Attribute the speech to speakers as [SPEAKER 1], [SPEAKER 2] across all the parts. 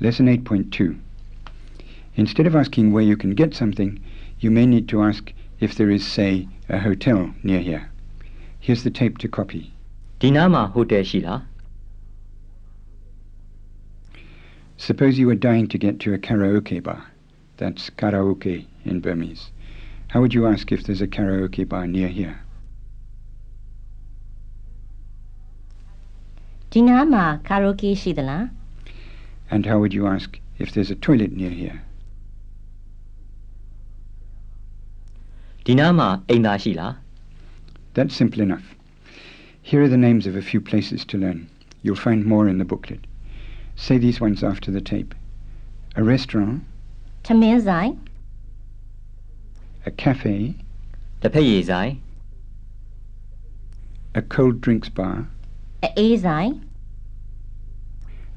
[SPEAKER 1] Lesson 8.2. Instead of asking where you can get something, you may need to ask if there is, say, a hotel near here. Here's the tape to copy.
[SPEAKER 2] ဒီနားမှာဟိုတယ်ရှိလား
[SPEAKER 1] Suppose you were dying to get to a karaoke bar. That's karaoke in Burmese. How would you ask if there's a karaoke bar near here?
[SPEAKER 3] ဒီနားမှာကာရိုကေရှိသလား
[SPEAKER 1] And how would you ask if there's a toilet near here?
[SPEAKER 2] ဒီနားမှာအိမ်သာရှိလား
[SPEAKER 1] That's simple enough. Here are the names of a few places to learn. You'll find more in the booklet. Say these ones after the tape. A restaurant,
[SPEAKER 3] ထမင်းဆိုင်
[SPEAKER 1] a cafe,
[SPEAKER 2] တစ်ဖက်ရည်ဆိုင်
[SPEAKER 1] a cold drinks bar,
[SPEAKER 3] အအေးဆိုင်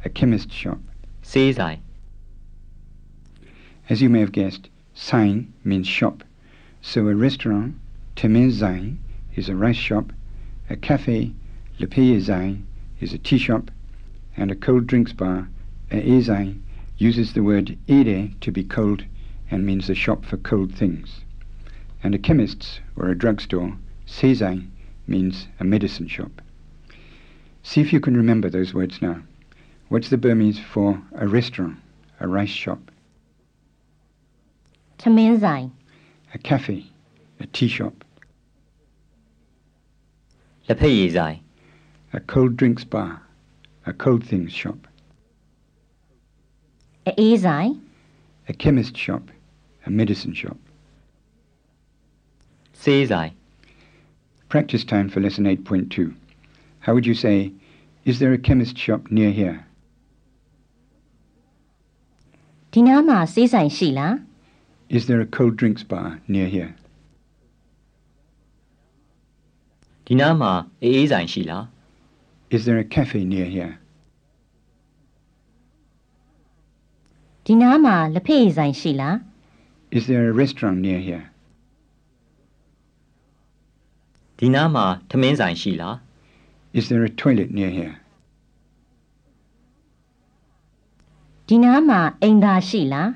[SPEAKER 1] a chemist shop.
[SPEAKER 2] ဆေးဆိုင်
[SPEAKER 1] As you may have guessed, sign means shop. So a restaurant, Temen Zain, is a rice shop, a cafe, Le Pays Zain, is a tea shop, and a cold drinks bar, A Zain, uses the word ere to be cold and means a shop for cold things. And a chemist's or a drugstore, Sezain, means a medicine shop. See if you can remember those words now. What's the Burmese for a restaurant, a rice shop?
[SPEAKER 3] ထမင်းဆိုင်
[SPEAKER 1] a cafe, a tea shop,
[SPEAKER 2] တစ်ဖက်ရည်ဆိုင်
[SPEAKER 1] a cold drinks bar, a cold things shop,
[SPEAKER 3] အအေးဆိုင်
[SPEAKER 1] a chemist shop, a medicine shop.
[SPEAKER 2] ဆေးဆိုင်
[SPEAKER 1] Practice time for lesson 8.2. How would you say, is there a chemist shop near here?
[SPEAKER 3] ဒီနားမှာဆေးဆိုင်ရှိလား
[SPEAKER 1] Is there a cold drinks bar near here?
[SPEAKER 2] ဒီနားမှာအေးအေးဆိုင်ရှိလား
[SPEAKER 1] Is there a cafe near here?
[SPEAKER 3] ဒီနားမှာလက်ဖက်ရည်ဆိုင်ရှိလား
[SPEAKER 1] Is there a restaurant near here?
[SPEAKER 2] ဒီနားမှာထမင်းဆိုင်ရှိလား
[SPEAKER 1] Is there a toilet near here?
[SPEAKER 3] ဒီနားမှာအိမ်သာရှိလား